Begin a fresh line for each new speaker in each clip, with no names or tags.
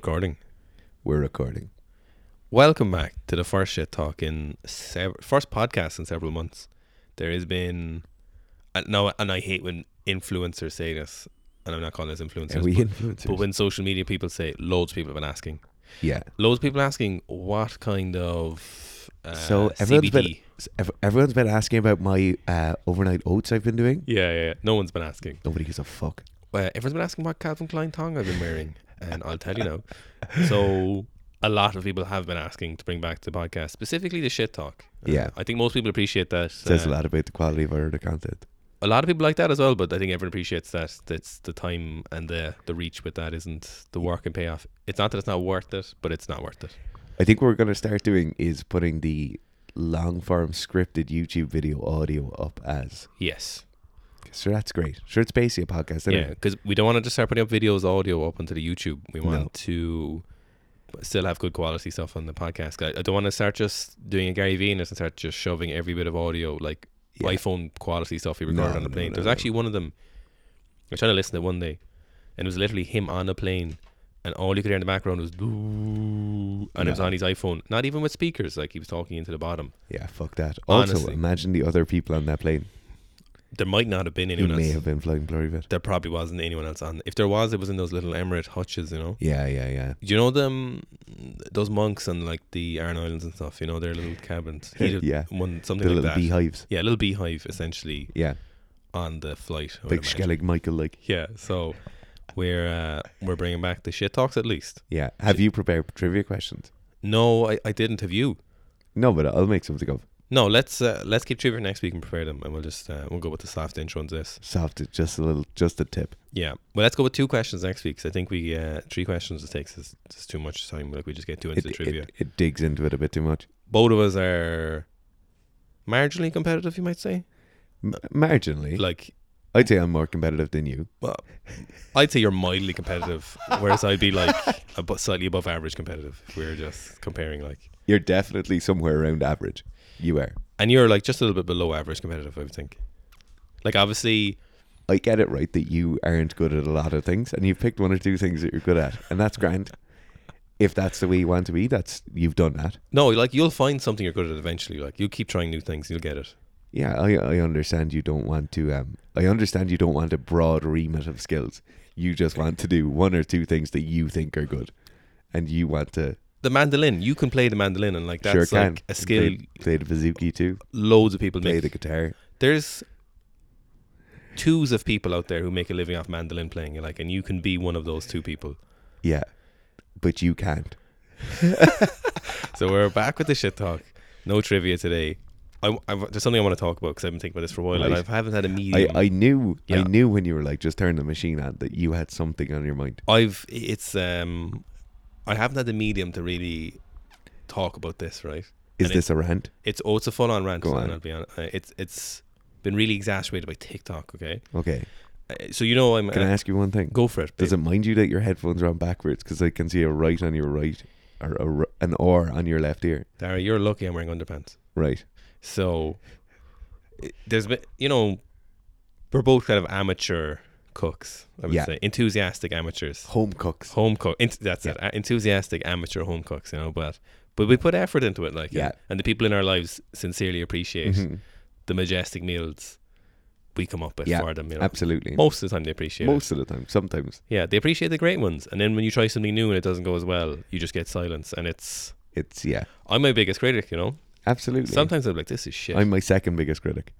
recording.
We're recording.
Welcome back to the first shit talk in sev- first podcast in several months. There has been, I no, and I hate when influencers say this, and I'm not calling us influencers,
Are we
but,
influencers?
but when social media people say, loads of people have been asking,
yeah.
loads of people asking what kind of uh,
so everyone's
CBD.
been s- ev- everyone's been asking about my uh, overnight oats I've been doing.
yeah, yeah, yeah, no one's been asking.
Nobody gives a fuck.
Uh, everyone's been asking what Calvin Klein tongue I've been wearing, and I'll tell you now. So a lot of people have been asking to bring back the podcast, specifically the shit talk. Uh,
Yeah.
I think most people appreciate that.
Says
uh,
a lot about the quality of our content.
a lot of people like that as well, but I think everyone appreciates that. That's the time and the the reach with that isn't the work and payoff. It's not that it's not worth it, but it's not worth it.
I think what we're gonna start doing is putting the long form scripted YouTube video audio up as.
Yes,
So that's great. Sure, it's basically a podcast.
yeah,
Anyway.
because we don't want to just start putting up videos, audio up onto the YouTube. We want
No.
to still have good quality stuff on the podcast. I, I don't want to start just doing a Gary Venus and start just shoving every bit of audio like
Yeah.
iPhone quality stuff he recorded
No,
on the
no,
plane.
no,
There's
no.
actually one of them. I was trying to listen to it one day, and it was literally him on a plane, and all you could hear in the background was "Boo," and it was
No.
on his iPhone. Not even with speakers, like he was talking into the bottom.
Yeah, fuck that. Also,
Honestly.
imagine the other people on that plane.
There might not have been
Who
anyone
may
else.
have been flying blurry bit.
There probably wasn't anyone else on. If there was, it was in those little Emirate hutches, you know.
Yeah, yeah, yeah.
Do you know them, those monks on like the Aran Islands and stuff? You know their little cabins. He did
Yeah.
one
The
something
little
like that.
beehives.
Yeah, a little beehive essentially
Yeah,
on the flight. I would
big
imagine.
Skellig Michael like.
Yeah, so we're uh, we're bringing back the shit talks at least.
Yeah. Have you prepared trivia questions?
No, I, I didn't. Have you?
No, but I'll make something up.
No, let's uh, let's keep trivia for next week and prepare them, and we'll just uh, we'll go with the soft intro on this.
Soft, it, just a little, just a tip.
Yeah, well, let's go with two questions next week 'cause I think we uh, three questions it takes us just too much time. Like we just get too into
It,
the trivia.
it, it digs into it a bit too much.
Both of us are marginally competitive, you might say.
M- marginally,
Uh, Like
I'd say I'm more competitive than you.
Well, I'd say you're mildly competitive, whereas I'd be like abo- slightly above average competitive. If we were just comparing, like,
You're definitely somewhere around average. You are.
and you're like just a little bit below average competitive. I would think. Like, obviously,
I get it right that you aren't good at a lot of things, and you've picked one or two things that you're good at, and that's grand. If that's the way you want to be, that's you've done that.
no, like you'll find something you're good at eventually. Like, you keep trying new things, you'll get it.
Yeah, I, I understand you don't want to. Um, I understand you don't want a broad remit of skills. You just want to do one or two things that you think are good, and you want to
The mandolin, you can play the mandolin, and like that's
sure can
like a skill
Play, play the bazooki too.
loads of people
Play
make.
the guitar.
There's twos of people out there who make a living off mandolin playing. You're like, and you can be one of those two people.
Yeah, but you can't.
So we're back with the shit talk. No trivia today. I, I, there's something I want to talk about because I've been thinking about this for a while and I
Right.
haven't had a
I,
medium. I,
I knew
Yeah.
I knew when you were like just turn the machine on that you had something on your mind.
have it's um, I haven't had the medium to really talk about this. Right?
Is
And it-
this a rant?
It's oh, it's a full on rant.
Go
and
on.
I'll be hon- uh, It's it's been really exacerbated by TikTok. Okay,
Okay.
uh, so you know I'm.
Can I
uh,
ask you one thing?
go for it.
Does
babe.
it mind you that your headphones are on backwards? Because I can see a right on your right or a r an or on your left ear.
Dara, you're lucky I'm wearing underpants.
Right.
So it, there's been, you know, we're both kind of amateur cooks. I would
Yeah.
say enthusiastic amateurs.
Home cooks.
home cook. ent- that's it. Uh, Enthusiastic amateur home cooks, you know. But but we put effort into it, like
Yeah.
And, and the people in our lives sincerely appreciate
Mhm.
the majestic meals we come up with
Yeah,
for them. You know,
Absolutely.
most of the time they appreciate
Most of the time. Sometimes
it. Yeah, they appreciate the great ones, and then when you try something new and it doesn't go as well, you just get silence, and it's.
it's yeah.
I'm my biggest critic, you know.
Absolutely.
Sometimes I'm like, "This is shit."
I'm my second biggest critic.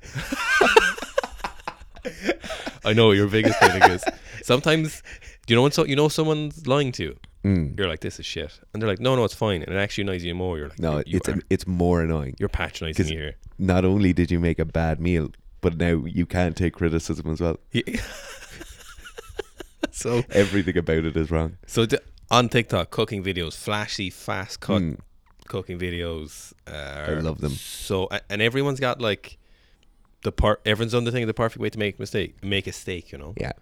I know what your biggest critic is. Sometimes, do you know when so, you know someone's lying to you?
Mm.
You're like, "This is shit," and they're like, "No, no, it's fine," and it actually annoys you more. You're like,
No,
you, you
it's
are,
it's more annoying.
you're patronizing
'cause-
me here."
Not only did you make a bad meal, but now you can't take criticism as well.
Yeah. so
Everything about it is wrong.
so d- on TikTok, cooking videos, flashy, fast cut
Mm.
cooking videos. Uh,
I love them.
So a- and everyone's got like the part. Everyone's done the thing the perfect way to make a mistake. Make a steak, you know.
Yeah.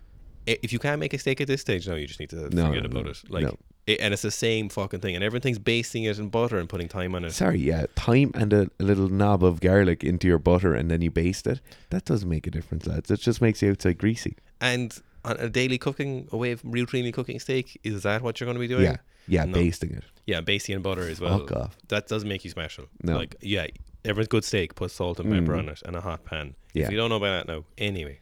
I- If you can't make a steak at this stage, no, you just need to
No,
forget
no,
about
no,
it. Like,
no.
it, and it's the same fucking thing, and everything's basting it in butter and putting time on it.
Sorry, yeah, thyme and a, a little knob of garlic into your butter and then you baste it. That doesn't make a difference, lads. It just makes the outside greasy.
And on a daily cooking, a way of routinely cooking steak, is that what you're going to be doing?
Yeah. Yeah,
No.
basting it.
Yeah, basting and butter as well.
Fuck off.
That doesn't make you smash them.
No.
Like, yeah, everyone's good steak, put salt and pepper
Mm.
on it and a hot pan.
Yeah.
If you don't know about that now, anyway.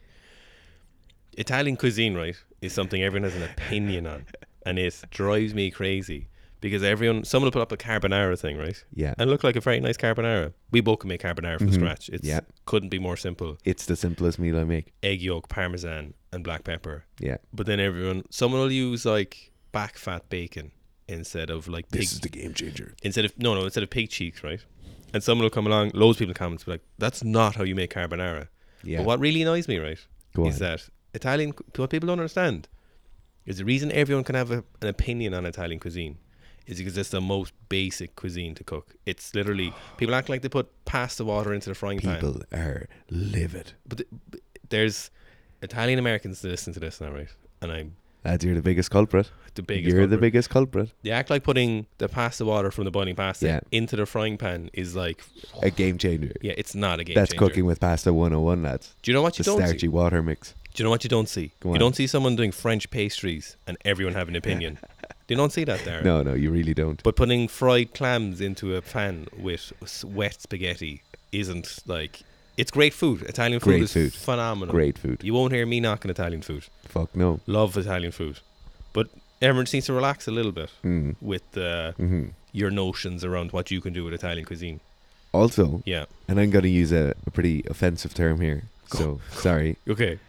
Italian cuisine, right, is something everyone has an opinion on. And it drives me crazy because everyone, someone will put up a carbonara thing, right?
Yeah.
And look like a very nice carbonara. We both can make carbonara from
Mhm.
scratch. It's
Yeah.
couldn't be more simple.
It's the simplest meal I make.
Egg yolk, parmesan, and black pepper.
Yeah.
But then everyone, someone will use like back fat bacon instead of like pig
the game changer.
instead of no no instead of pig cheeks right and someone will come along loads of people in the comments will be like that's not how you make carbonara
Yeah.
but what really annoys me right
Go
is
on.
that italian cu- what people don't understand is the reason everyone can have a, an opinion on italian cuisine is because it's the most basic cuisine to cook it's literally people act like they put pasta water into the frying pan
People are livid.
but, th- but there's italian americans that listen to this now right and i'm
Lads, you're the biggest culprit.
the biggest
you're the
culprit.
biggest culprit.
they act like putting the pasta water from the boiling pasta
Yeah.
into the frying pan is like
A game changer.
Yeah, it's not a game
That's
changer.
cooking with pasta 101, lads.
Do you know what you
The
don't
starchy
see?
water mix.
Do you know what you don't see?
Go
you
on.
don't see someone doing French pastries and everyone have an opinion. you don't see that there.
No, no, you really don't.
But putting fried clams into a pan with s- wet spaghetti isn't like it's great food. Italian food
Great
is
food.
phenomenal.
Great food.
You won't hear me knocking Italian food.
Fuck no.
Love Italian food, but everyone seems to relax a little bit
Mm.
with uh,
hmm
your notions around what you can do with Italian cuisine.
Also,
Yeah.
and I'm going to use a, a pretty offensive term here. So, sorry.
Okay.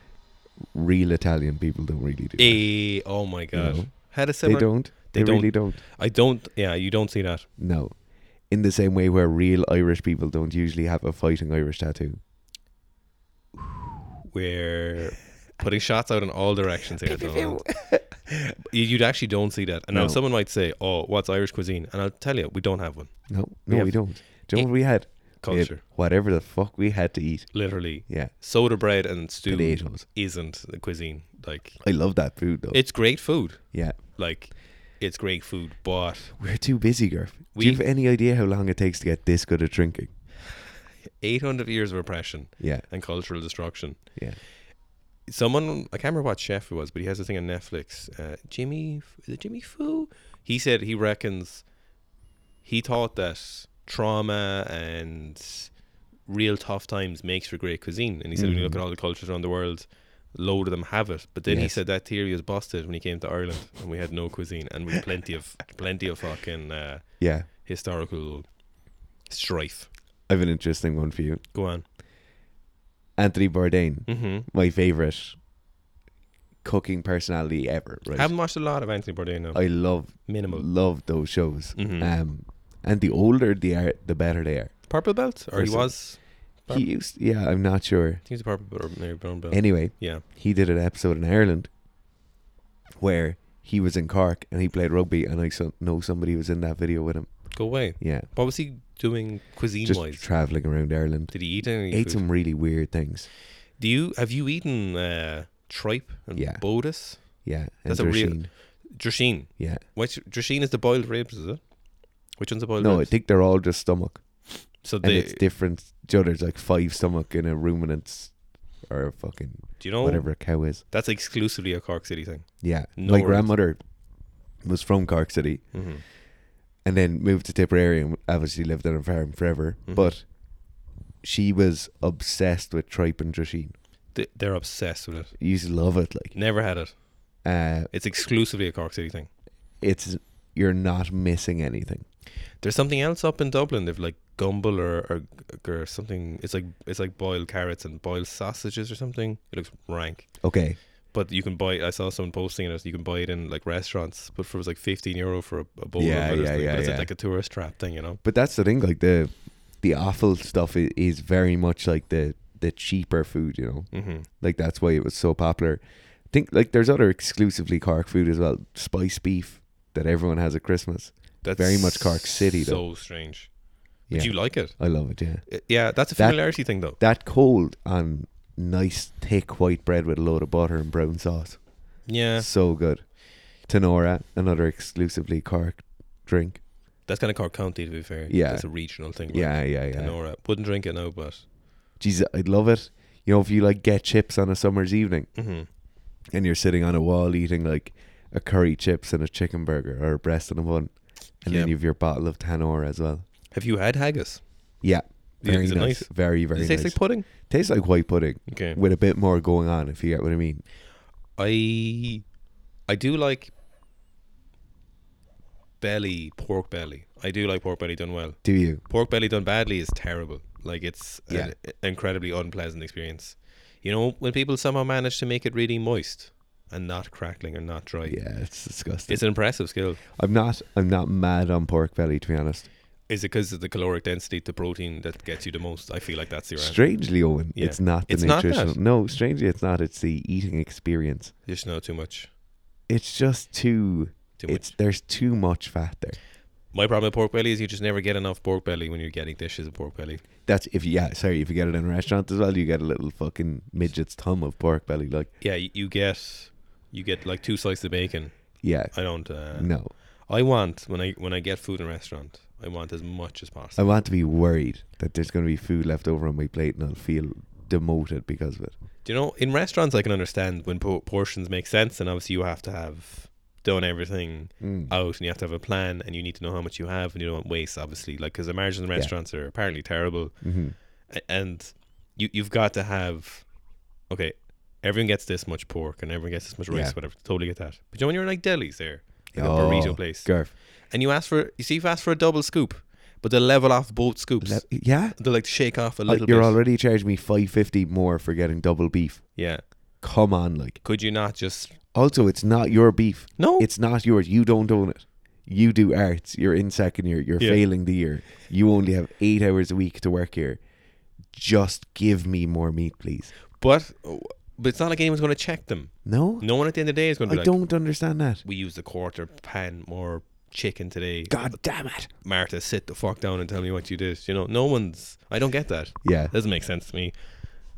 Real Italian people don't really do that.
Eh, oh my god.
No.
Had a
They
similar.
don't.
they
They,
don't.
really don't.
I don't. Yeah, you don't see that.
No. In the same way where real Irish people don't usually have a fighting Irish tattoo.
We're putting shots out in all directions here. At the moment. You- You'd actually don't see that. And now
No.
someone might say, "Oh, what's Irish cuisine?" And I'll tell you, we don't have one.
No,
We
no,
have
we don't. Do you know what we had? We had
Culture,
whatever the fuck we had to eat.
literally,
Yeah.
soda bread and stew
Potatoes.
isn't the cuisine. Like,
I love that food though.
it's great food.
yeah.
Like, it's great food, but
We're too busy, Gerf.
We-
Do you have any idea how long it takes to get this good at drinking?
800 years of oppression
Yeah.
and cultural destruction.
Yeah.
Someone, I can't remember what chef it was, but he has a thing on Netflix. Uh, Jimmy, is it Jimmy Foo? He said he reckons he thought that trauma and real tough times makes for great cuisine. And he said when you look
Mhm.
at all the cultures around the world, a load of them have it. But then he
Yes.
said that theory was busted when he came to Ireland and we had no cuisine and we had plenty of plenty of fucking uh,
Yeah.
historical strife.
I have an interesting one for you.
Go on.
Anthony Bourdain,
Mm-hmm.
my favorite cooking personality ever, right?
Haven't watched a lot of Anthony Bourdain. No.
I love
Minimal.
love those shows.
Mhm.
Um and the older they are, the better they are.
Purple belt, or he
Listen.
was. Purple.
He used yeah, I'm not sure.
I think it's a purple belt or maybe brown belt.
Anyway,
yeah.
he did an episode in Ireland where he was in Cork and he played rugby, and I so- know somebody was in that video with him.
Go away.
Yeah,
What was he doing cuisine
just
wise?
traveling around Ireland,
Did he eat any
ate
food?
some really weird things.
Do you have you eaten uh, tripe and
Yeah.
bodus?
Yeah, and
That's a real-
tagine.
Drasheen.
Yeah,
Which drasheen is the boiled ribs, is it? Which one's the boiled
no, I
ribs?
think they're all just stomach,
so
and
they,
it's different. Joe, there's like five stomach in a ruminant's or a fucking
do you know
whatever a cow is.
that's exclusively a Cork City thing.
Yeah,
No
my
worries.
grandmother was from Cork City,
Mm-hmm.
and then moved to Tipperary and obviously lived on a farm forever.
Mhm.
But she was obsessed with tripe and drasheen.
They, they're obsessed with it.
You used to love it, like
Never had it.
uh,
It's exclusively a Cork City thing.
it's you're not missing anything.
There's something else up in Dublin. They've like gumble or, or or something. It's like it's like boiled carrots and boiled sausages or something. It looks rank.
Okay,
But you can buy. I saw someone posting it. You can buy it in like restaurants, but for it was like fifteen euro for a, a bowl.
Yeah,
of it or
yeah,
something.
yeah,
But it's
yeah.
like a tourist trap thing, you know.
but that's the thing. Like the the awful stuff is, is very much like the the cheaper food. You know,
Mm-hmm.
like that's why it was so popular. think like there's other exclusively Cork food as well. Spice beef that everyone has at Christmas.
That's
Very much Cork City,
So
though.
strange.
Yeah,
But you like it?
I love it. Yeah,
I- Yeah, that's a
That-
familiarity thing, though.
that cold on nice thick white bread with a load of butter and brown sauce.
Yeah,
So good. Tenora, another exclusively Cork drink.
that's kind of Cork County, to be fair.
Yeah.
that's a regional thing. like
Yeah, yeah, yeah.
Kenora. Wouldn't drink it now, but
Jeez, I'd love it. You know, if you like get chips on a summer's evening
hmm
and you're sitting on a wall eating like a curry chips and a chicken burger or a breast and a bun, and
Yeah.
then you've your bottle of Tanora as well.
Have you had haggis?
Yeah,
Yeah,
very
is it
nice.
nice?
Very very
Does it
nice.
taste like pudding?
tastes like white pudding
Okay.
with a bit more going on, if you get what I mean.
I I do like belly, pork belly. I do like pork belly done well.
Do you?
Pork belly done badly is terrible. Like it's an incredibly unpleasant experience. You know, when people somehow manage to make it really moist and not crackling and not dry.
Yeah, it's disgusting.
It's an impressive skill.
I'm not. I'm not mad on pork belly to be honest.
Is it because of the caloric density, the protein that gets you the most? I feel like that's your answer.
Strangely, Owen,
Yeah.
it's not the
It's not that.
nutritional. no, strangely, it's not. It's the eating experience.
You just know too much.
It's just too.
Too
it's
much.
there's too much fat there.
My problem with pork belly is you just never get enough pork belly when you're getting dishes of pork belly.
That's if you, yeah. Sorry, if you get it in a restaurant as well, you get a little fucking midget's thumb of pork belly. Like
Yeah, you, you get you get like two slices of bacon.
yeah,
I don't. Uh,
no.
I want when I when I get food in a restaurant, I want as much as
I
possible.
want to be worried that there's going to be food left over on my plate, and I'll feel demoted because of it.
Do you know in restaurants I can understand when po- portions make sense, and obviously you have to have done everything
Mm.
out, and you have to have a plan, and you need to know how much you have, and you don't want waste, obviously, like because the margins in
Yeah.
restaurants are apparently terrible,
hmm
A- and you you've got to have okay. Everyone gets this much pork and everyone gets this much rice,
Yeah.
whatever. Totally get that. But you know when you're in like delis there, like
Oh,
a burrito place,
Garf.
and you ask for you see if you ask for a double scoop, but they level off both scoops.
Le- yeah,
they like shake off a
Uh,
little
you're
bit.
already charging me five fifty more for getting double beef.
Yeah.
Come on, like.
Could you not just
Also, it's not your beef.
no?
It's not yours. You don't own it. You do arts. You're in second year. You're
Yeah.
failing the year. You only have eight hours a week to work here. Just give me more meat, please.
but but it's not like anyone's going to check them.
No,
No one at the end of the day is going to
I
be Mm, like,
don't understand that.
"We used a quarter pan more chicken today."
God damn it.
Martha, sit the fuck down and tell me what you did. You know, no one's. I don't get that.
Yeah,
Doesn't make sense to me.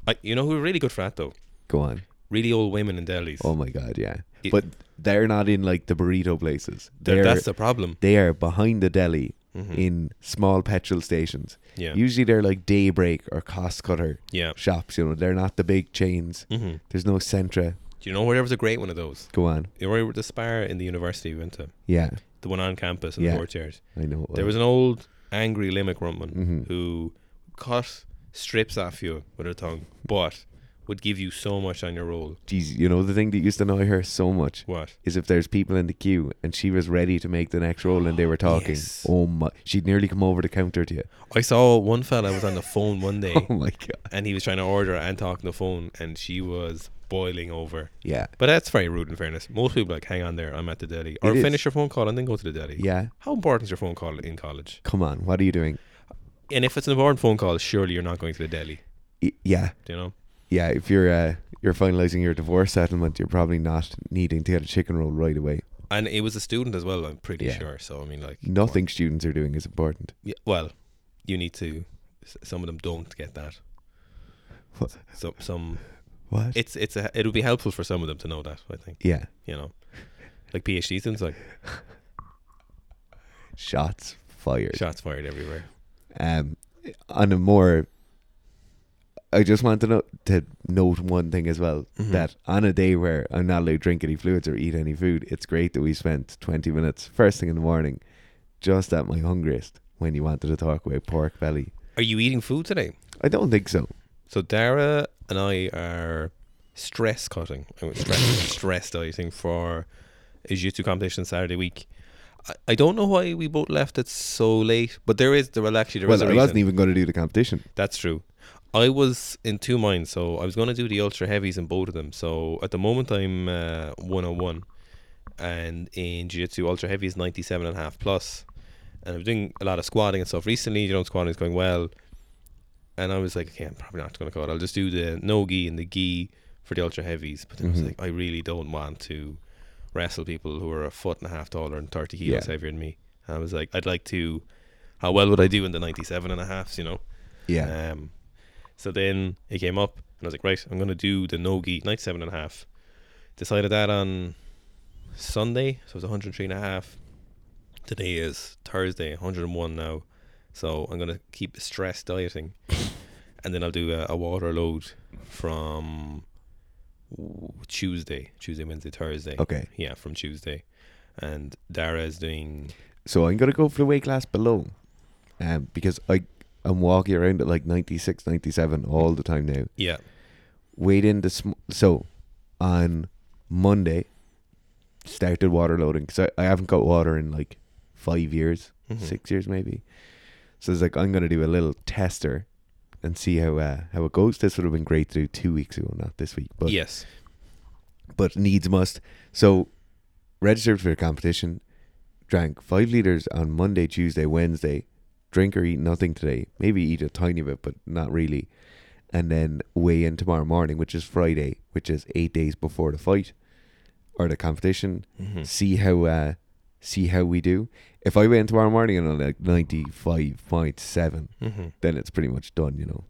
I, you know who are really good for that though?
go on.
Really old women in delis.
Oh my god, yeah.
It-
But they're not in like the burrito places.
Th-
They're
that's the problem.
they are behind the deli
Mhm.
in small petrol stations.
Yeah.
Usually they're like daybreak or cost cutter
yeah.
shops, you know. They're not the big chains.
hmm
There's no Centra.
Do you know where there was a great one of those?
Go on.
You remember the spar in the university we went to?
Yeah.
The one on campus in
Yeah.
the courtyard.
I know. uh, it
There
was.
was an old angry Limerick woman
Mhm.
who cut strips off you with her tongue, but would give you so much on your roll.
Jeez, you know the thing that used to annoy her so much
What?
is if there's people in the queue and she was ready to make the next roll and they were talking.
Yes.
Oh my! She'd nearly come over the counter to you.
I saw one fella was on the phone one day
Oh my god!
and he was trying to order and talk on the phone and she was boiling over.
Yeah,
But that's very rude in fairness. Most people are like hang on there, I'm at the deli. Or
It is.
finish your phone call and then go to the deli.
yeah.
How important is your phone call in college?
Come on, what are you doing?
And if it's an important phone call, surely you're not going to the deli.
Y- yeah,
Do you know?
yeah. If you're uh, you're finalizing your divorce settlement, you're probably not needing to get a chicken roll right away.
And it was a student as well, I'm pretty
Yeah.
sure. So I mean like
Nothing students are doing is important.
Yeah, well, you need to. s- Some of them don't get that.
What?
Some, some.
What?
It's it's a. It would be helpful for some of them to know that. I think
yeah,
you know, like PhD students, like
shots fired.
shots fired everywhere.
Um, on a more, I just want to note to note one thing as well
Mhm.
that on a day where I'm not allowed to drink any fluids or eat any food, it's great that we spent 20 minutes first thing in the morning, just at my hungriest when you wanted to talk about pork belly.
Are you eating food today?
I don't think so.
So Dara and I are stress cutting. I was stress, stress dieting for a jiu-jitsu competition Saturday week. I, I don't know why we both left it so late, but there is there well actually there is
well,
a
I
reason.
wasn't even going to do the competition.
That's true. I was in two minds, so I was going to do the ultra heavies in both of them. So at the moment, I'm uh, 101, and in Jiu Jitsu, ultra heavy is 97 and a half plus. And I'm doing a lot of squatting and stuff recently. You know, squatting is going well. And I was like, okay, I'm probably not going to cut. I'll just do the no gi and the gi for the ultra heavies. But then I
Mhm.
was like, I really don't want to wrestle people who are a foot and a half taller and 30 kilos
Yeah.
heavier than me. And I was like, I'd like to. How well would I do in the 97 and a halfs, you know?
Yeah.
Um, so then it came up, and I was like, right, I'm going to do the Nogi, 97 and a half. Decided that on Sunday, so it was 103 and a half. Today is Thursday, 101 now. So I'm going to keep stress dieting. and then I'll do a, a water load from w- Tuesday, Tuesday, Wednesday, Thursday.
Uh, Okay.
Yeah, from Tuesday, and Dara is doing.
So I'm gonna go for the weight class below, um, because I I'm walking around at like 96, 97 all the time now.
Yeah,
Weighed in this m- so on Monday started water loading because I, I haven't got water in like five years,
Mhm.
six years maybe. So it's like I'm gonna do a little tester and see how uh, how it goes. This would have been great to do two weeks ago, not this week, but
yes,
but needs must. So registered for the competition, drank five liters on Monday, Tuesday, Wednesday, drink or eat nothing today. Maybe eat a tiny bit, but not really. And then weigh in tomorrow morning, which is Friday, which is eight days before the fight or the competition.
hmm
See how uh see how we do. If I weigh in tomorrow morning and I'm like ninety five point seven,
hmm
then it's pretty much done, you know.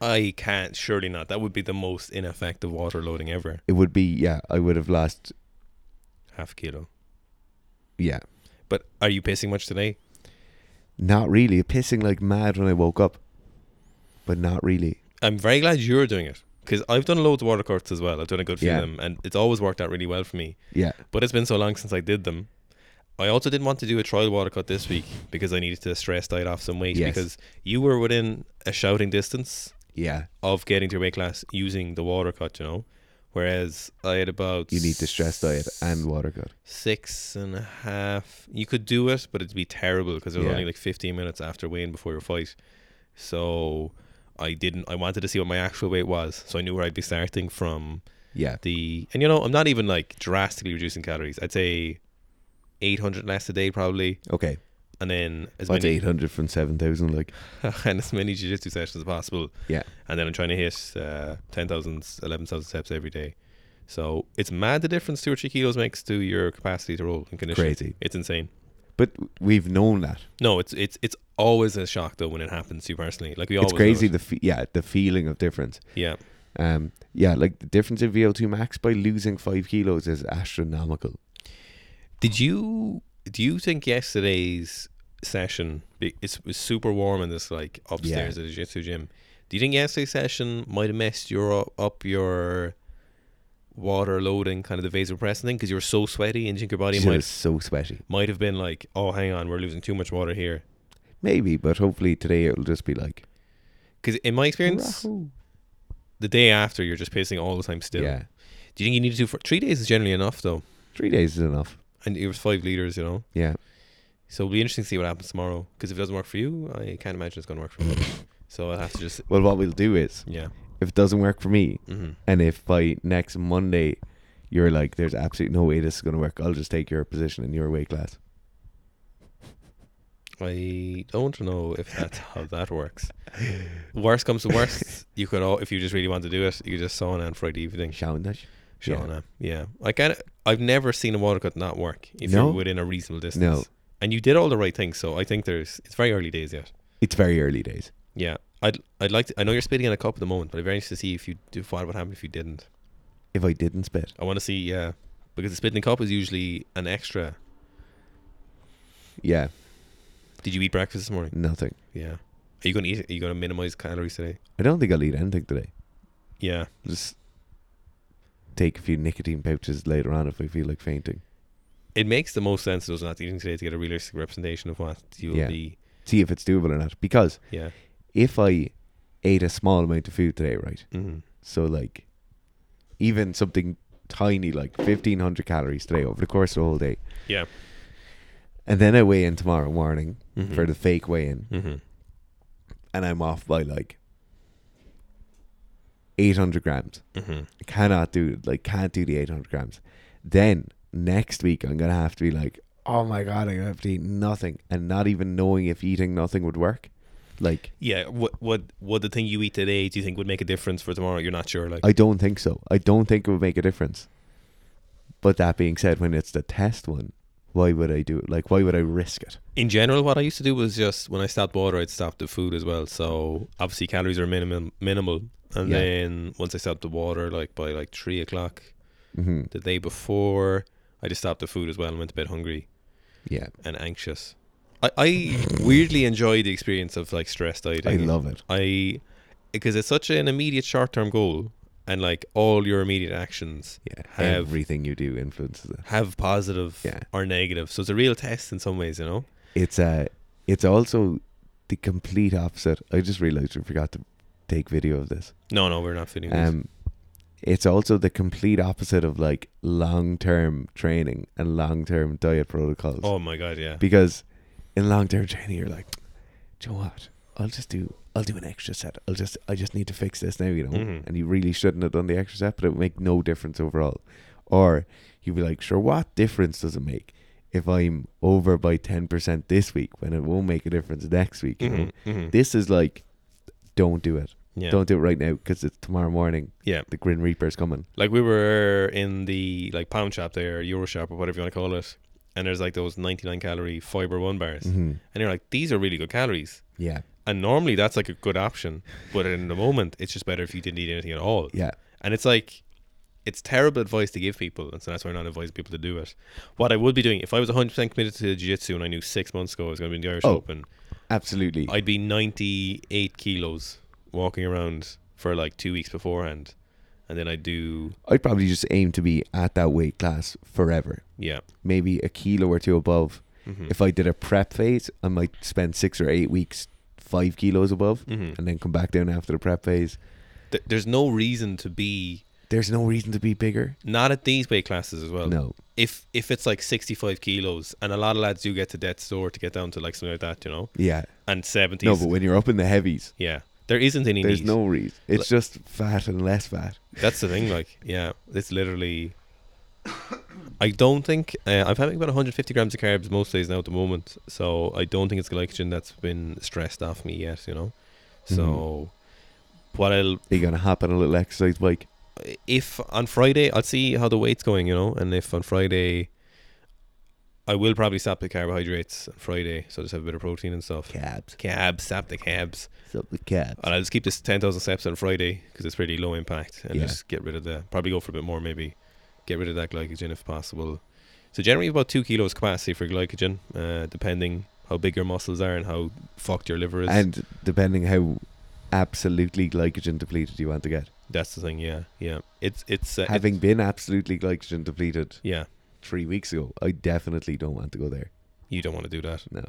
I can't. Surely not. That would be the most ineffective water loading ever.
It would be yeah, I would have lost
Half kilo.
yeah.
But are you pissing much today?
Not really. Pissing like mad when I woke up. But not really.
I'm very glad you're doing it because I've done loads of water courts as well. I've done a good few
Yeah.
of them, and it's always worked out really well for me.
Yeah.
But it's been so long since I did them. I also didn't want to do a trial water cut this week because I needed to stress diet off some weight
Yes.
because you were within a shouting distance
Yeah.
of getting to your weight class using the water cut, you know. Whereas I had about
You need the stress diet and water cut.
six and a half. You could do it, but it'd be terrible because it was
Yeah.
only like 15 minutes after weighing before your fight. So I didn't. I wanted to see what my actual weight was, so I knew where I'd be starting from.
Yeah.
The and you know I'm not even like drastically reducing calories. I'd say 800 less a day probably,
Okay.
and then as
What's
many
eight hundred from seven thousand like?
and as many jiu-jitsu sessions as possible.
Yeah.
And then I'm trying to hit uh, 10,000, 11,000 steps every day. So it's mad the difference two or three kilos makes to your capacity to roll and condition.
Crazy.
It's insane.
But we've known that.
No, it's it's it's always a shock though when it happens to you personally. Like we always
It's
know
crazy
it.
the fe- yeah, the feeling of difference.
Yeah,
Um yeah, like the difference in VO2 max by losing 5 kilos is astronomical.
Did you do you think yesterday's session? be- It was super warm in this like upstairs at the jiu-jitsu gym. Do you think yesterday's session might have messed your u- up your water loading, kind of the vasopressin thing, because you were so sweaty and you think your body
It
might
was so sweaty.
might have been like, oh, hang on, we're losing too much water here.
Maybe, but hopefully today it'll just be like
Because in my experience,
"Rahoo."
the day after you're just pissing all the time. Still,
Yeah.
do you think you need to do for three days is generally enough though,
3 days is enough.
and it was five liters, you know.
Yeah.
So it'll be interesting to see what happens tomorrow. Because if it doesn't work for you, I can't imagine it's going to work for me. so I'll have to just,
Well, what we'll do is
yeah.
if it doesn't work for me,
Mm-hmm.
And if by next Monday you're like, there's absolutely no way this is going to work, I'll just take your position in your weight class.
I don't know if that's how that works. Worst comes to worst, you could all, if you just really want to do it, you just sauna on Friday evening.
Shouting that? sh- Yeah.
Shauna, yeah. I can I've never seen a water cut not work if
No?
you're within a reasonable distance.
No.
And you did all the right things, so I think there's. It's very early days yet.
It's very early days.
Yeah. I'd, I'd like to. I know you're spitting in a cup at the moment, but I'd be very interested to see if you do. What would happen if you didn't?
If I didn't spit,
I want to see, yeah, because the spitting cup is usually an extra.
yeah,
Did you eat breakfast this morning?
nothing.
Yeah. Are you gonna eat? Are you gonna minimize calories today?
I don't think I'll eat anything today.
Yeah.
Just take a few nicotine pouches later on if I feel like fainting.
It makes the most sense, does not eating today to get a realistic representation of what you'll
Yeah.
be.
See if it's doable or not. Because
Yeah.
if I ate a small amount of food today, right?
hmm
So like, even something tiny like fifteen hundred calories today over the course of the whole day,
Yeah.
and then I weigh in tomorrow morning
Mhm.
for the fake weigh in,
hmm
and I'm off by like 800 grams.
hmm
I cannot do like can't do the 800 grams. Then next week I'm gonna have to be like, oh my god, I'm gonna have to eat nothing, and not even knowing if eating nothing would work. Like
Yeah. What what what the thing you eat today? Do you think would make a difference for tomorrow? You're not sure. Like.
I don't think so. I don't think it would make a difference. But that being said, when it's the test one, why would I do it? Like why would I risk it?
in general, what I used to do was just when I stopped water, I'd stop the food as well. So obviously calories are minimum minimal, and
Yeah.
then once I stopped the water, like by like three o'clock
Mm-hmm.
the day before, I just stopped the food as well and went to bed hungry
Yeah,
and anxious. I, I weirdly enjoy the experience of like stress dieting.
I love it.
I because it's such an immediate short term goal, and like all your immediate actions
Yeah,
have
everything you do influences it.
have positive
Yeah.
or negative. So it's a real test in some ways, you know.
It's uh, it's also the complete opposite. I just realized I forgot to take video of this.
No, no, we're not feeling this.
Um, it's also the complete opposite of like long term training and long term diet protocols.
Oh my god, yeah.
Because in long term training, you're like, do you know what? I'll just do. I'll do an extra set. I'll just. I just need to fix this now. You know.
Mhm.
And you really shouldn't have done the extra set, but it would make no difference overall. Or you'd be like, sure, what difference does it make if I'm over by ten percent this week when it won't make a difference next week? You know.
Mhm, mhm.
This is like, don't do it.
yeah.
Don't do it right now because it's tomorrow morning.
Yeah.
The Grim Reaper's coming.
Like we were in the like pound shop there, Euro shop or whatever you want to call it, and there's like those 99 calorie fiber one bars,
Mm-hmm.
and you're like, these are really good calories.
Yeah.
And normally that's like a good option, but in the moment it's just better if you didn't eat anything at all.
Yeah.
And it's like, it's terrible advice to give people, and so that's why I'm not advising people to do it. What I would be doing if I was 100 percent committed to jiu-jitsu and I knew six months ago I was going to be in the Irish
Oh.
Open,
Absolutely.
I'd be 98 kilos walking around for like two weeks beforehand, and then I'd do
I'd probably just aim to be at that weight class forever.
yeah.
Maybe a kilo or two above.
Mhm.
If I did a prep phase, I might spend six or eight weeks five kilos above
Mhm.
and then come back down after the prep phase.
Th- there's no reason to be
There's no reason to be bigger.
not at these weight classes as well.
No.
If if it's like 65 kilos, and a lot of lads do get to death's door to get down to like something like that, you know,
Yeah.
and 70s.
No, but when you're up in the heavies,
yeah, there isn't any.
there's
need.
no reason. It's just fat and less fat.
That's the thing. Like, yeah, it's literally. I don't think uh, I'm having about 150 grams of carbs most days now at the moment, so I don't think it's glycogen that's been stressed off me yet. You know, so
Mm-hmm.
what I'll
You're going to hop on a little exercise bike.
if on Friday I'll see how the weight's going, you know, and if on Friday I will probably stop the carbohydrates on Friday, so just have a bit of protein and stuff.
Cabs.
Cabs, stop the cabs,
Stop the cabs.
and I'll just keep this ten thousand steps on Friday because it's pretty low impact, and
Yeah.
just get rid of the probably go for a bit more, maybe get rid of that glycogen if possible. So generally about two kilos capacity for glycogen, uh, depending how big your muscles are and how fucked your liver is.
And depending how absolutely glycogen depleted you want to get.
That's the thing, yeah, yeah. It's it's uh, it-
Having been absolutely glycogen depleted
yeah.
three weeks ago, I definitely don't want to go there.
You don't want to do that.
No.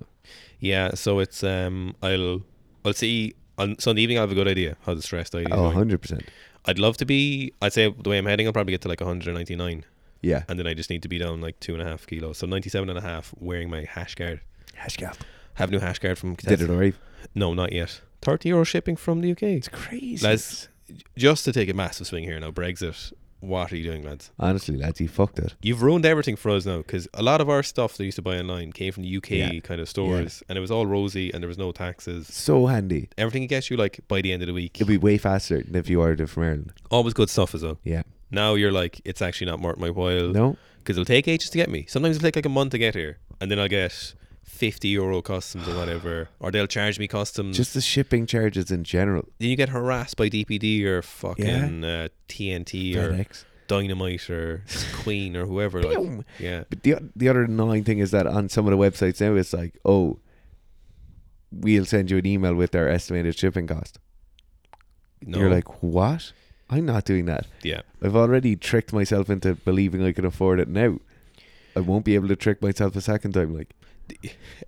Yeah, so it's um, I'll I'll see on Sunday evening. I have a good idea how the stress diet is.
Oh,
going.
100%.
I'd love to be. I'd say the way I'm heading, I'll probably get to like 199,
Yeah.
and then I just need to be down like two and a half kilos. So 97 and a half. Wearing my hash guard.
Hash cap.
Have a new hash guard from.
Did it
Contessa.
already?
No, not yet. 30 euro shipping from the UK.
It's crazy.
Lads, just to take a massive swing here now. Brexit. What are you doing, lads?
Honestly, lads, he fucked it.
You've ruined everything for us now because a lot of our stuff that we used to buy online came from the UK
Yeah.
kind of stores, and it was all rosy, and there was no taxes.
So handy.
everything you get you like by the end of the week.
It'd be way faster than if you ordered it from Ireland.
Always good stuff as well.
Yeah.
Now you're like, it's actually not worth my while
No?
because it'll take ages to get me. Sometimes it'll take like a month to get here, and then I'll get fifty euro customs or whatever, or they'll charge me customs.
Just the shipping charges in general.
then you get harassed by DPD or fucking uh, TNT or
FedEx.
Dynamite or Queen or whoever. Like,
Boom.
yeah,
But the, the other annoying thing is that on some of the websites now, it's like, oh, we'll send you an email with our estimated shipping cost.
no,
You're like, what? I'm not doing that.
yeah,
I've already tricked myself into believing I can afford it now. I won't be able to trick myself a second time. Like,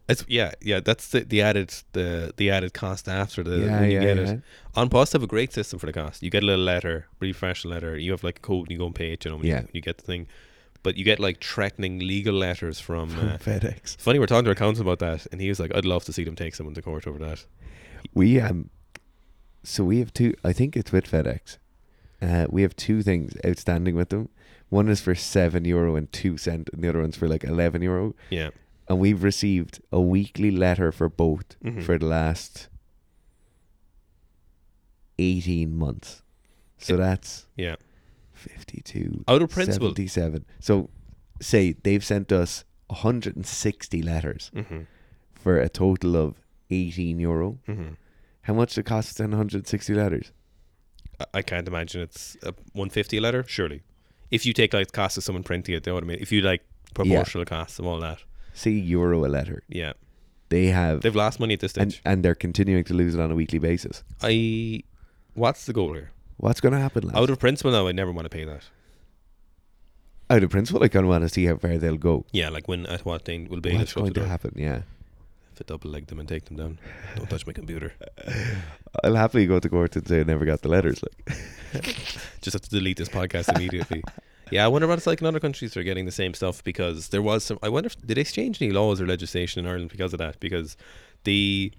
it's yeah, yeah. That's the, the added the the added cost after the
yeah,
when Uh, you
yeah,
get it.
yeah.
On Post have a great system for the cost. You get a little letter, refresh the letter. You have like a code, and you go and pay it. You know, when you-
Yeah.
you, get the thing. But you get like threatening legal letters from. Uh,
FedEx.
funny, we're talking to our counsel about that, and he was like, "I'd love to see them take someone to court over that."
We um, so we have two. I think it's with FedEx. Uh, we have two things outstanding with them. One is for seven euro and two cent, and the other one's for like eleven euro.
Yeah,
And we've received a weekly letter for both
Mhm.
for the last eighteen months. So
It-
that's
yeah.
fifty-two.
Out of principle.
77. So say they've sent us 160 letters
hmm
for a total of 18 euro.
hmm
How much does it cost to send 160 letters?
I, I can't imagine it's a one fifty letter. Surely, if you take like the cost of someone printing it, they automate. If you like proportional costs and all that,
Say euro a letter.
yeah,
They have
they've lost money at this
and
stage.
and they're continuing to lose it on a weekly basis.
I, what's the goal here?
What's going to happen? Lads?
Out of principle now, I never want to pay that.
out of principle, I kind of want to see how far they'll go.
Yeah, like when at what thing will be
What's
shut the
going to
door.
happen? Yeah,
If I double leg them and take them down, don't touch my computer.
I'll happily go to court and say I never got the letters. Like,
Just have to delete this podcast immediately. Yeah, I wonder what it's like in other countries who are getting the same stuff because there was some. I wonder if did they change any laws or legislation in Ireland because of that? Because the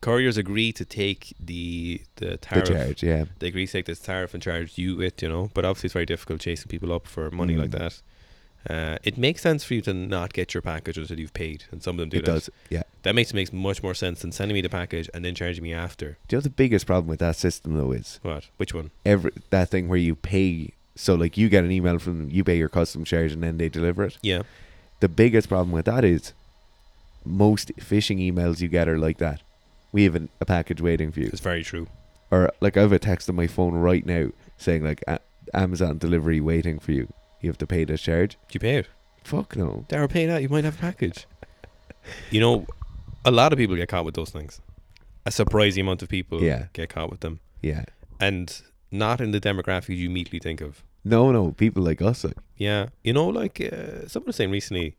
couriers agree to take the the tariff.
the charge, yeah.
They agree to take this tariff and charge you it, you know. But obviously, it's very difficult chasing people up for money like
Mm.
that. Uh, it makes sense for you to not get your package until you've paid, and some of them do
it
that.
does. Yeah.
That makes makes much more sense than sending me the package and then charging me after.
Do you know what the biggest problem with that system though is
What? Which one?
every that thing where you pay. So like you get an email from them, you pay your custom charge and then they deliver it.
Yeah.
The biggest problem with that is most phishing emails you get are like that. We have an, a package waiting for you,
It's very true.
or like I have a text on my phone right now saying like "A- Amazon delivery waiting for you. You have to pay this charge.
Do you pay it?
Fuck no.
They were paying out. You might have a package. you know, a lot of people get caught with those things. A surprising amount of people
Yeah.
get caught with them,
Yeah.
and not in the demographic you immediately think of.
No, no. People like us, like,
Yeah, you know, like uh, someone was saying recently,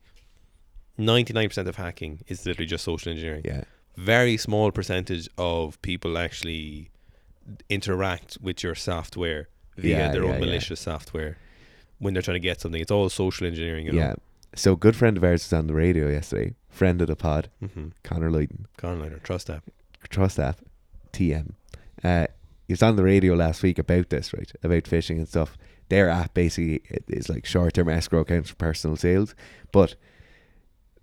ninety nine percent of hacking is literally just social engineering.
yeah,
very small percentage of people actually interact with your software via
Yeah,
their
yeah,
own
yeah.
malicious software when they're trying to get something. It's all social engineering, you know.
yeah. So, good friend of ours was on the radio yesterday. Friend of the pod,
Mm-hmm.
Connor Lloydon,
Conliner, trust app.
Trust app, TM. Uh, he was on the radio last week about this, right? About phishing and stuff. Their app basically i- is like short-term escrow accounts for personal sales. But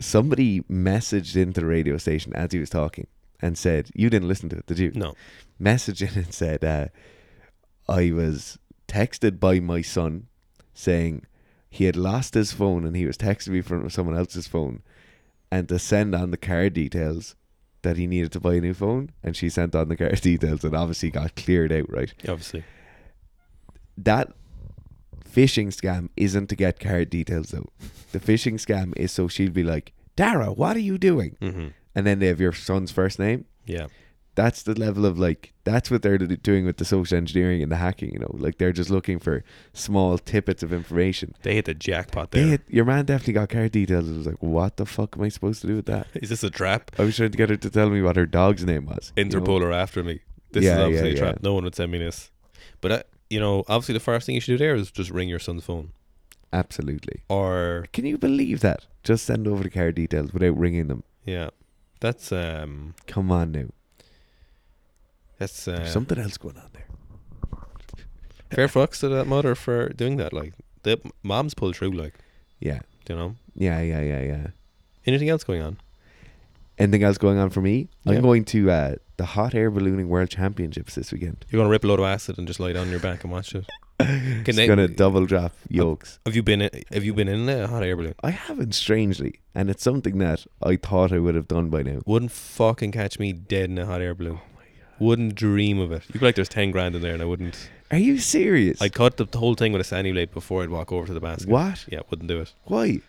somebody messaged into the radio station as he was talking and said, "You didn't listen to it, did you?"
No.
messaging and said, uh, I was texted by my son saying he had lost his phone and he was texting me from someone else's phone and to send on the card details that he needed to buy a new phone. And she sent on the card details and obviously got cleared out, right?
Obviously.
That phishing scam isn't to get card details, though. The phishing scam is so she'll be like, Dara, what are you doing?
Mm-hmm.
And then they have your son's first name
Yeah.
that's the level of like that's what they're doing with the social engineering and the hacking you know like they're just looking for small tidbits of information
They hit the jackpot
they
there. Is
had, your man definitely got card details and was like what the fuck am i supposed to do with that
this a trap?
i was trying to get her to tell me what her dog's name was you know?
Interpol are after me. This
Yeah,
is
yeah,
obviously
yeah.
a trap. No one would send me this. But, uh, you know, obviously the first thing you should do there is just ring your son's phone.
absolutely
Or,
can you believe that just send over the card details without ringing them
yeah. That's, um,
come on now
that's, uh,
there's something else going on there
fair fucks to that mother for doing that. Like, the moms pull through, like,
yeah
you know.
yeah yeah yeah yeah
Anything else going on?
anything else going on for me
Yeah.
i'm going to uh, the hot air ballooning world championships this weekend
You're gonna rip a load of acid and just lie down on your back and watch it. Can
it's
they-
gonna double drop yolks
Have you been? In, have you been in a hot air balloon?
I haven't, strangely, and it's something that I thought I would have done by now.
Wouldn't fucking catch me dead in a hot air balloon.
Oh
Wouldn't dream of it. You'd be like, "There's ten grand in there," and I wouldn't.
Are you serious?
I'd cut the, the whole thing with a sandy blade before I'd walk over to the basket.
what?
Yeah, wouldn't do it.
Why?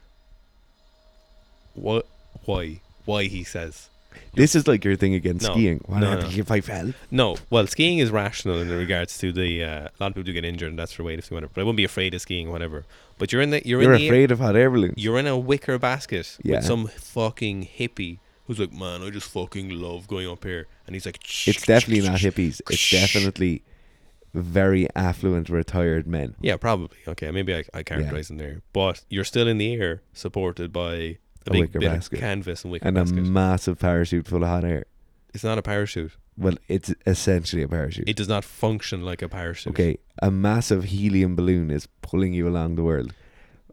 What? Why? Why? He says
This is like your thing against
No,
skiing. What
no,
happened
no.
if I fell?
no. Well, skiing is rational in regards to the. Uh, a lot of people do get injured, and that's for weight if you want But I wouldn't be afraid of skiing, or whatever. But you're in the. You're,
You're
in the,
afraid of hot air balloons.
You're in a wicker basket
Yeah.
with some fucking hippie who's like, "Man, I just fucking love going up here," and he's like,
It's definitely not hippies. It's definitely very affluent retired men.
Yeah, probably. Okay, maybe I, I characterize in there, but you're still in the air, supported by a,
A
big
wicker
bit
basket.
of canvas and wicker
And um, a
basket.
massive parachute full of hot air.
it's not a parachute.
Well, it's essentially a parachute.
It does not function like a parachute.
okay, a massive helium balloon is pulling you along the world.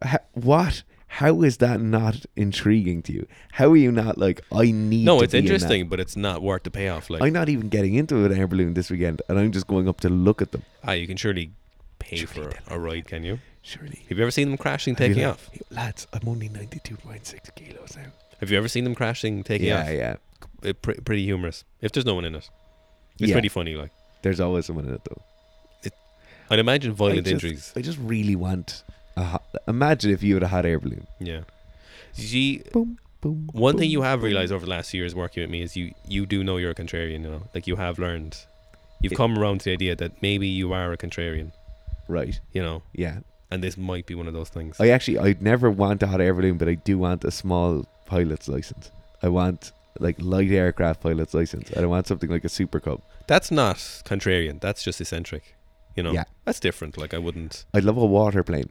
Ha- what? How is that not intriguing to you? How are you not like I need?
No,
to
it's
be in that? Oh,
interesting, but it's not worth the payoff. Like,
I'm not even getting into an air balloon this weekend, and I'm just going up to look at them.
ah, you can surely pay for a ride, can you?
Surely,
Have you ever seen them crashing, taking
You're like,
off?
lads. I'm only 92.6 kilos now.
Have you ever seen them crashing, taking
Yeah,
off?
yeah.
Uh, pre- pretty humorous. If there's no one in it, it's
Yeah.
pretty funny. Like.
There's always someone in it though.
I'd imagine
I
violent
just,
injuries.
I just really want a hot. Imagine if you had a hot air balloon.
Yeah. See,
Boom, boom.
one
boom,
thing you have
boom.
realized over the last few years working with me is you you do know you're a contrarian. You know, like you have learned You've come around to the idea that maybe you are a contrarian,
Right.
you know,
Yeah.
and this might be one of those things.
I actually I'd never want a hot air balloon, but I do want a small pilot's license. I want like light aircraft pilot's license. I don't want something like a super cub.
That's not contrarian. That's just eccentric. You know,
Yeah.
that's different. Like I wouldn't.
I'd love a water plane.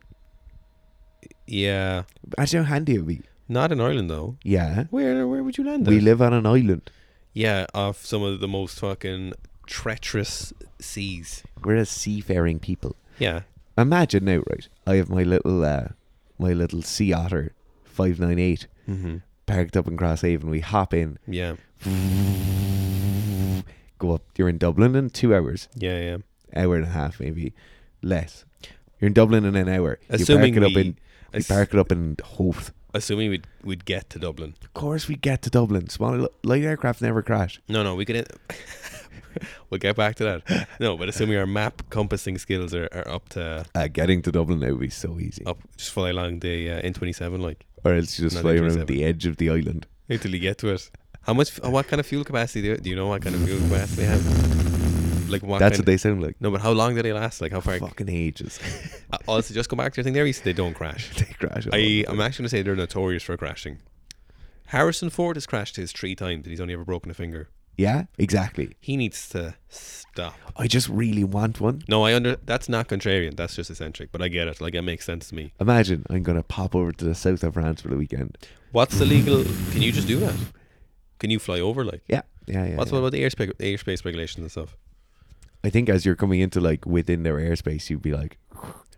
Yeah,
Imagine how handy it would be.
not in Ireland though.
Yeah.
Where where would you land?
We
it?
live on an island.
yeah, off some of the most fucking treacherous seas.
We're a seafaring people.
Yeah,
Imagine now, right? I have my little uh, my little sea otter five nine eight
mm-hmm.
parked up in Crosshaven. We hop in,
yeah,
go up. You're in Dublin in two hours,
yeah, yeah.
hour and a half maybe, less. You're in Dublin in an hour.
Assuming
you park it
we-
up in you
ass-
park it up in Hoth.
Assuming we'd we'd get to Dublin.
Of course, we get to Dublin. Small li- light aircraft never crash.
No, no, we could. we'll get back to that. No, but assuming our map compassing skills are, are up to
Uh, getting to Dublin now would be so easy.
up, just fly along the uh, N27 like
Or else you just
Oh, No,
fly
they do
around
seven.
the edge of the island.
until you get to it. How much? uh, What kind of fuel capacity do you, do you know? What kind of fuel capacity they have? Like what?
That's what
kind
they sound like.
No, but how long do they last? Like how far?
Fucking ages.
Uh, Also, just go back to your thing there. You said they don't crash.
they crash. all
I,
over.
I'm actually going to say they're notorious for crashing. Harrison Ford has crashed his three times and he's only ever broken a finger.
yeah, exactly.
He needs to stop.
I just really want one.
No, I under. That's not contrarian. That's just eccentric. But I get it. Like it makes sense to me.
Imagine I'm gonna pop over to the south of France for the weekend.
What's the legal? Can you just do that? Can you fly over? Like
Yeah, yeah,
what's
yeah. yeah.
what about the airspace airspace regulations and stuff?
I think as you're coming into like within their airspace, you'd be like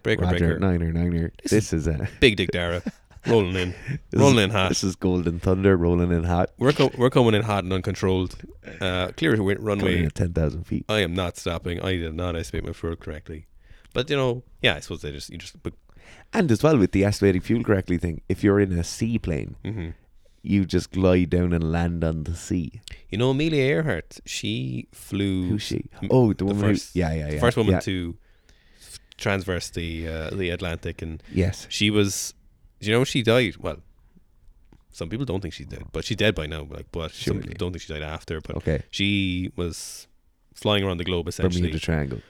Breaker
Roger
breaker.
Niner Niner. This, is, a
Big Dick Dara rolling in,
this
rolling
is,
in hot.
This is Golden Thunder rolling in hot,
We're co- we're coming in hot and uncontrolled. Uh, clear wi-
coming in
runway.
at ten thousand feet.
I am not stopping. I did not estimate my fuel correctly. But you know, yeah, I suppose they just you just. But,
And as well with the estimating fuel correctly thing, if you're in a seaplane,
mhm.
you just glide down and land on the sea.
You know, Amelia Earhart. She flew.
Who's she?
m-
Oh, the woman.
first-
who, yeah, yeah,
the
yeah.
first woman
yeah.
to transverse the uh, the Atlantic and
Yes.
She was, you know, she died. Well, some people don't think she's dead, but she's dead by now. Like, but some
Surely.
people don't think she died after. But
Okay.
she was flying around the globe essentially.
Bermuda Triangle.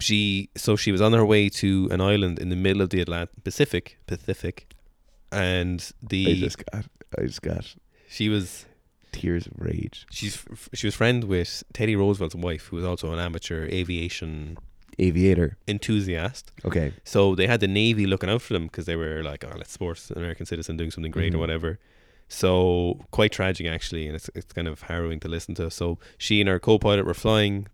She so she was on her way to an island in the middle of the Atlantic Pacific, Pacific, and
I
the
just got. I just got
she was
tears of rage.
she's f- she was friend with Teddy Roosevelt's wife, who was also an amateur aviation
Aviator.
enthusiast.
Okay.
So they had the Navy looking out for them because they were like, oh, let's support an American citizen doing something great
Mhm.
or whatever. So quite tragic, actually. And it's, it's kind of harrowing to listen to. So she and her co pilot were flying.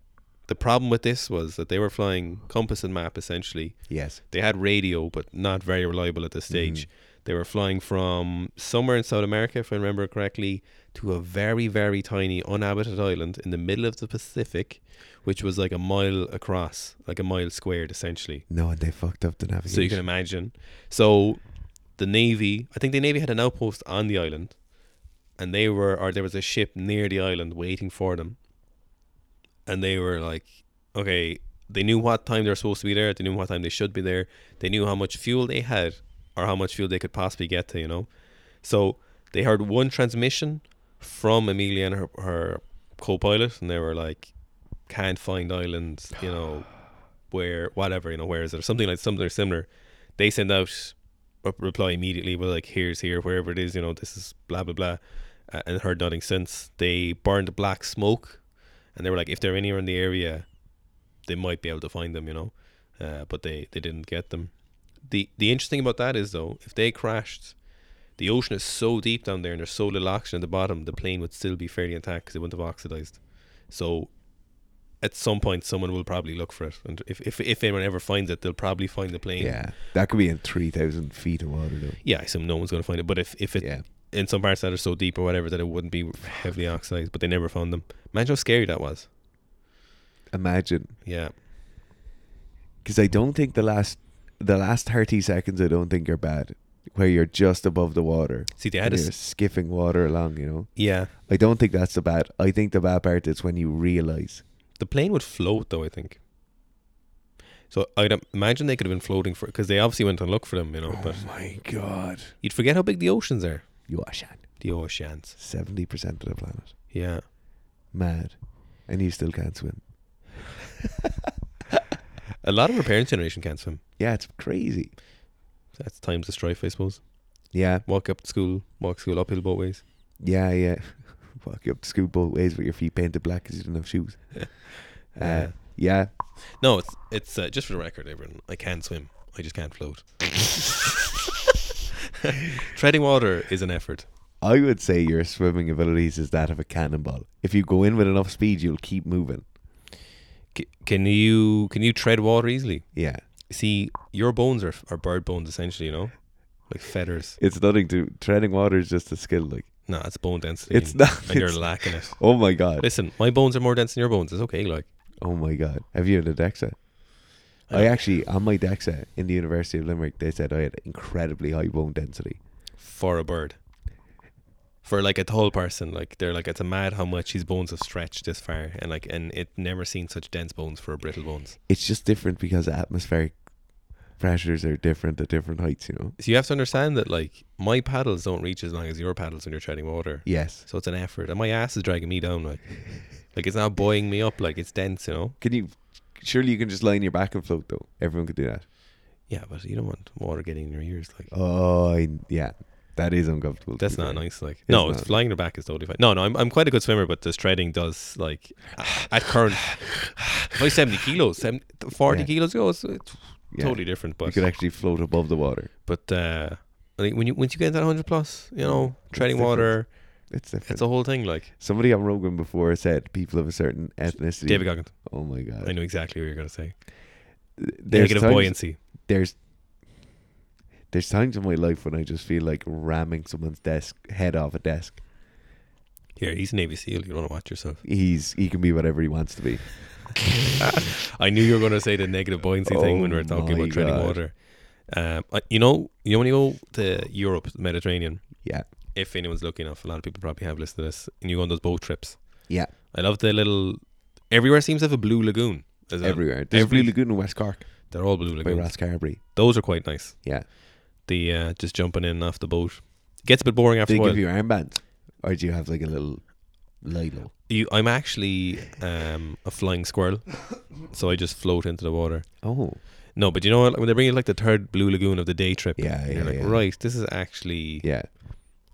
The problem with this was that they were flying compass and map essentially.
Yes.
They had radio, but not very reliable at this stage. They were flying from somewhere in South America, if I remember correctly, to a very, very tiny uninhabited island in the middle of the Pacific, which was like a mile across, like a mile squared essentially.
No, and they fucked up the navigation.
So you can imagine. So the navy, I think the navy had an outpost on the island, and they were, or there was a ship near the island waiting for them, and they were like, okay, they knew what time they were supposed to be there, they knew what time they should be there, they knew how much fuel they had, or how much fuel they could possibly get to, you know. So they heard one transmission from Amelia and her, her co-pilot, and they were like, can't find islands, you know, where whatever, you know, where is it or something like something similar. They send out a reply immediately, but like here's here, wherever it is, you know, this is blah blah blah, uh, and heard nothing since. They burned black smoke, and they were like, if they're anywhere in the area, they might be able to find them, you know, uh, but they they didn't get them. the The interesting about that is though, if they crashed. The ocean is so deep down there, and there's so little oxygen at the bottom. The plane would still be fairly intact because it wouldn't have oxidized. So at some point someone will probably look for it and if, if, if anyone ever finds it they'll probably find the plane
Yeah, that could be in three thousand feet of water though.
yeah i assume no one's going to find it but if, if it
yeah,
in some parts that are so deep or whatever that it wouldn't be heavily oxidized but they never found them imagine how scary that was
imagine
yeah
because I don't think the last the last thirty seconds I don't think are bad, where you're just above the water.
see they
and
had a
you're
s
skiffing water along. You know,
yeah
I don't think that's the bad. I think the bad part is when you realize.
the plane would float though i think so i'd im- imagine they could have been floating for because they obviously went and looked for them you know but
my god,
you'd forget how big the oceans are
you are shan
the oceans
seventy percent of the planet
yeah
mad, and you still can't swim.
A lot of our parents' generation can't swim.
Yeah, it's crazy.
That's times of strife, I suppose.
Yeah,
Walk up to school, walk school uphill both ways.
yeah, yeah. Walk you up to school both ways with your feet painted black because you didn't have shoes. Uh, yeah,
No, it's it's uh, just for the record, everyone. I can swim. I just can't float. Treading water is an effort.
I would say your swimming abilities is that of a cannonball. If you go in with enough speed, you'll keep moving.
C- can you can you tread water easily?
Yeah,
See, your bones are are bird bones essentially. You know, like feathers.
it's nothing to treading water is just a skill. Like,
No, it's bone density.
It's
and-
not-
and you're
it's-
lacking it.
oh my god,
Listen, my bones are more dense than your bones. It's okay. Like,
oh my god. Have you had a DEXA?
I
I
don't-
actually on my DEXA in the University of Limerick, they said I had incredibly high bone density.
for a bird. For like a tall person, like they're like it's a mad how much his bones have stretched this far, and like and it never seen such dense bones for a brittle bones.
It's just different because atmospheric pressures are different at different heights. You know.
So you have to understand that like my paddles don't reach as long as your paddles when you're treading water,
Yes.
so it's an effort, and my ass is dragging me down like, like it's not buoying me up, like it's dense, you know.
Can you? Surely you can just lie on your back and float though. Everyone could do that.
Yeah, but you don't want water getting in your ears, like
Oh, I, yeah. That is uncomfortable. to
that's
be
not
fair.
nice. Like no,
not.
it's flying in the back is totally fine. No, no, I'm I'm quite a good swimmer, but this treading does like a- at current, if I was seventy kilos, 70, forty
Yeah.
kilos goes, it's
Yeah.
totally different.
You
But
could actually float above the water.
But uh, I think when you once you get that hundred plus, you know,
It's
treading
different.
water,
It's different.
it's a whole thing. Like
Somebody on Rogan before said people of a certain ethnicity.
David Goggins,
oh my god.
I know exactly what you're gonna say.
There's
Negative
times-
buoyancy.
there's there's times in my life when I just feel like ramming someone's desk head off a desk.
Here, he's a Navy SEAL. You don't want to watch yourself.
He's he can be whatever he wants to be.
I knew you were gonna say the negative buoyancy thing when we
Oh
were talking
my
about treading
God.
water. Um, I- you know, you know when you go to Europe, the Mediterranean.
Yeah.
If anyone's lucky enough, a lot of people probably have listened to this, and you go on those boat trips.
Yeah.
I love the little. Everywhere seems to have a blue lagoon. as well.
Everywhere. There's
every-
Blue Lagoon in West Cork
They're all blue
by
lagoons.
Rosscarbery.
Those are quite nice.
Yeah.
the uh, just jumping in and off the boat. Gets a bit boring after a
Do they
while.
give
You,
you armbands? Or do you have like a little Lilo?
I'm actually um, a flying squirrel, so I just float into the water.
Oh.
No, but you know what? When they bring you like the third blue lagoon of the day trip,
Yeah,
and
yeah,
you're like,
yeah.
right, this is actually
Yeah.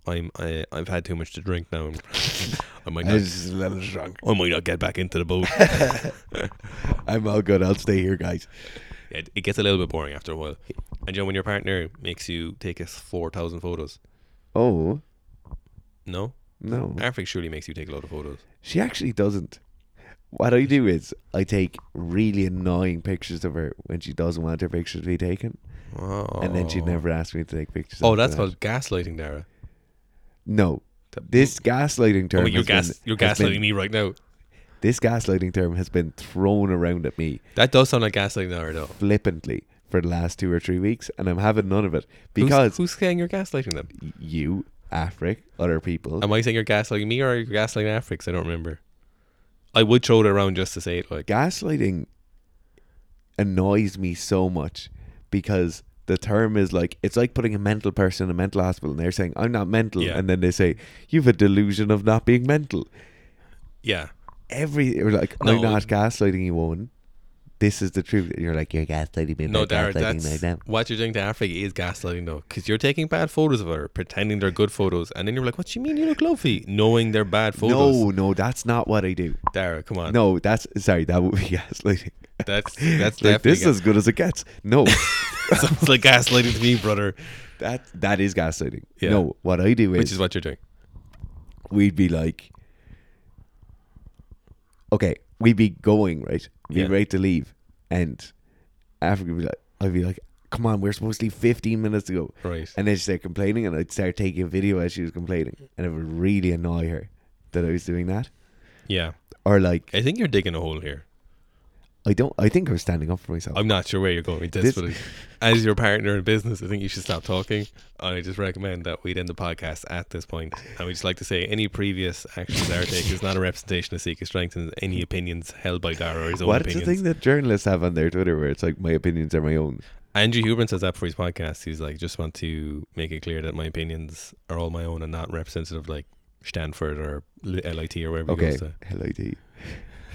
I'm I, I've had too much to drink now. and I might
I
not,
was just a little drunk.
I might not get back into the boat.
I'm all good. I'll stay here, guys.
it, it gets a little bit boring after a while. And you know when your partner makes you take us four thousand photos.
Oh
No,
no.
Arfik surely makes you take a lot of photos.
She actually doesn't. What I do is I take really annoying pictures of her when she doesn't want her picture to be taken, and then she
Oh.
never asks me to take pictures.
Oh,
after
that's
that.
called gaslighting, Dara.
No, this gaslighting term.
Oh, you're
has been-
gas, you're
has been-
gaslighting me right now.
This gaslighting term has been thrown around at me
That does sound like gaslighting, there, though.
flippantly for the last two or three weeks, and I'm having none of it
Who's-
because
who's, saying you're gaslighting them?
y- you, Afric, other people.
Am I saying you're gaslighting me or are you gaslighting Africs? I don't remember. I would throw it around just to say it. Like,
gaslighting annoys me so much because the term is like it's like putting a mental person in a mental hospital and they're saying I'm not mental
Yeah.
and then they say you've a delusion of not being mental.
yeah,
Every you're like
No.
I'm not gaslighting you, Owen. This is the truth. And you're like you're gaslighting me.
no,
by
Dara,
gaslighting
that's
them.
what you're doing to Africa is gaslighting, though, because you're taking bad photos of her, pretending they're good photos, and then you're like, "What do you mean you look lovely?" Knowing they're bad photos.
No, no, that's not what I do.
Dara, come on.
No, that's sorry. That would be gaslighting.
that's that's
Like,
definitely
this is as good as it gets. No,
ga- sounds like gaslighting to me, brother.
that that is gaslighting.
Yeah.
No, what I do
Which is what you're doing.
we'd be like, okay, we'd be going right, we'd
Yeah.
be ready to leave, and Africa would be like, I'd be like, come on, we're supposed to leave 15 minutes ago,
Right.
and then she'd start complaining, and I'd start taking a video as she was complaining, and it would really annoy her that I was doing that,
Yeah.
or like,
I think you're digging a hole here.
I don't, I think I was standing up for myself.
I'm not sure where you're going with this,
This-
but as your partner in business, I think you should stop talking. And I just recommend that we'd end the podcast at this point. And we just like to say any previous actions our take is not a representation of Seeker Strength and any opinions held by Dara or his own
What's
opinions.
the thing that journalists have on their Twitter where it's like my opinions are my own?
Andrew Huberman says that for his podcast. He's like, just want to make it clear that my opinions are all my own and not representative of like Stanford or L- LIT or wherever he
Okay,
goes to.
LID.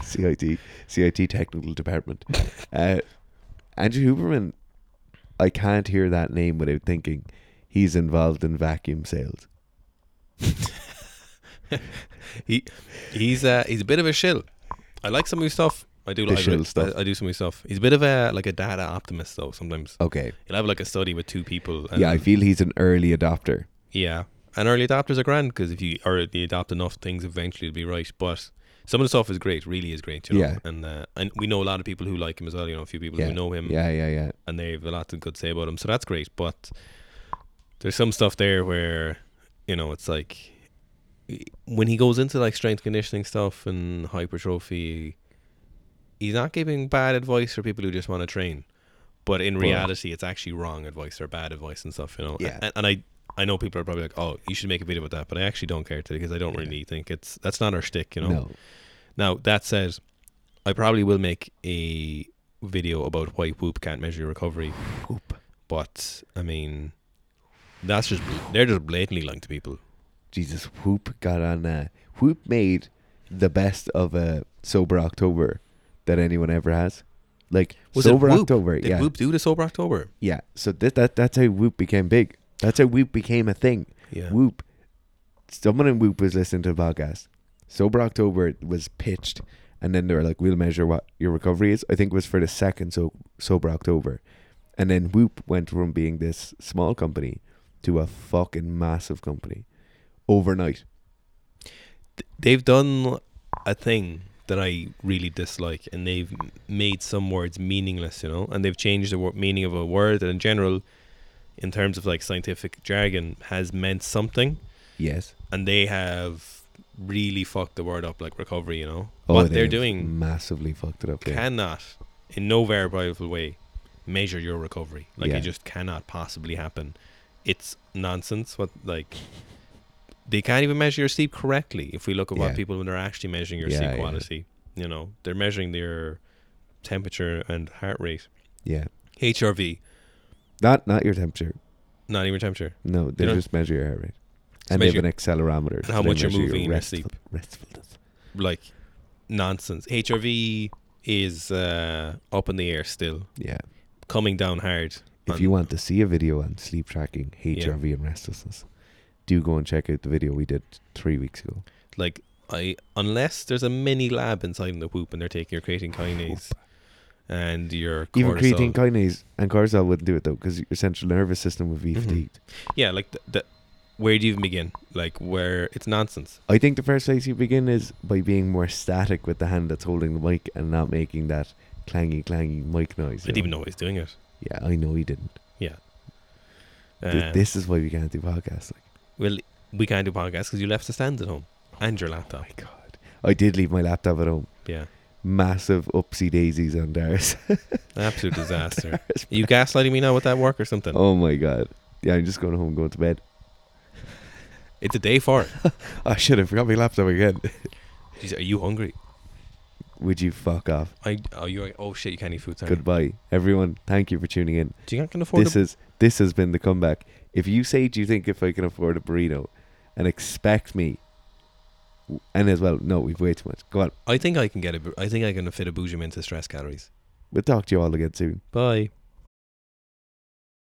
CIT, CIT Technical Department. Uh, Andrew Huberman, I can't hear that name without thinking he's involved in vacuum sales.
He he's uh he's a bit of a shill. I like some of his stuff. I do
The
like
shill stuff.
I, I do some of his stuff. He's a bit of a like a data optimist though. Sometimes
Okay.
he'll have like a study with two people. And,
Yeah, I feel he's an early adopter.
yeah. And early adopters are grand because if you early adopt enough things, eventually it'll be right. But some of the stuff is great. Really is great. You know?
Yeah.
And uh, and we know a lot of people who like him as well. You know, a few people
Yeah.
who know him.
Yeah, yeah, yeah.
and they have a lot of good to say about him. So that's great. But there's some stuff there where you know it's like when he goes into like strength conditioning stuff and hypertrophy, he's not giving bad advice for people who just want to train. But in reality, it's actually wrong advice or bad advice and stuff. You know.
Yeah.
And, and I. I know people are probably like, "Oh, you should make a video about that," but I actually don't care today because I don't really think it's that's not our shtick, you know.
No.
Now that said, I probably will make a video about why Whoop can't measure your recovery.
Whoop.
But I mean, that's just bl- they're just blatantly lying to people.
Jesus, Whoop got on. Uh, Whoop made the best of a sober October that anyone ever has. Like
Was it
sober
Whoop?
October,
Did
yeah,
Whoop do the sober October?
yeah. So that that that's how Whoop became big. That's how Whoop became a thing.
Yeah.
Whoop. Someone in Whoop was listening to the podcast. Sober October was pitched, and then they were like, "We'll measure what your recovery is." I think it was for the second so sober October, and then Whoop went from being this small company to a fucking massive company overnight.
They've done a thing that I really dislike, and they've m- made some words meaningless, you know, and they've changed the wor- meaning of a word that, in general, in terms of like scientific jargon, has meant something.
Yes.
and they have really fucked the word up like recovery you know
Oh,
what
they
they're
have
doing
massively fucked it up. Yeah.
cannot in no verifiable way measure your recovery like
Yeah.
it just cannot possibly happen it's nonsense what like they can't even measure your sleep correctly if we look at
Yeah.
what people when they're actually measuring your
Yeah, yeah.
sleep quality you know they're measuring their temperature and heart rate
yeah,
hrv
not not your temperature.
not even temperature
No, they
don't-
just measure your heart rate, and they have
measure-
an accelerometer.
how
so they
much you're
measure
moving in your
restful-
sleep.
Restfulness.
like nonsense hrv is uh up in the air still
Yeah.
coming down hard
If
on-
you want to see a video on sleep tracking, HRV, and restlessness, do go and check out the video we did three weeks ago.
like I unless there's a mini lab inside the whoop and they're taking your creatine kinase and your cortisol.
Even creatine kinase and cortisol wouldn't do it though, because your central nervous system would be
Mhm.
fatigued.
yeah like th- th- where do you even begin like where it's nonsense
I think the first place you begin is by being more static with the hand that's holding the mic and not making that clangy, clangy mic noise.
I
you
didn't even know he's doing it
Yeah, I know he didn't. Th-
Um,
this is why we can't do podcasts. Like,
well we can't do podcasts because you left the stands at home and your laptop
my God, I did leave my laptop at home.
yeah
Massive upsy daisies on Darius.
absolute disaster you gaslighting me now with that work or something
oh my God. Yeah, I'm just going home, going to bed. Ah,
it's a day for it
I should have forgot my laptop again.
Jeez, are you hungry
Would you fuck off?
I oh you oh shit you can't eat food sorry
Goodbye, everyone. Thank you for tuning in.
do you not can afford
this
a,
is this has been the comeback. If you say, "Do you think if I can afford a burrito?" and expect me, and as well, no, we've way too much. Go on.
I think I can get a bu- I think I can fit a boujum into stress calories
We'll talk to you all again soon.
bye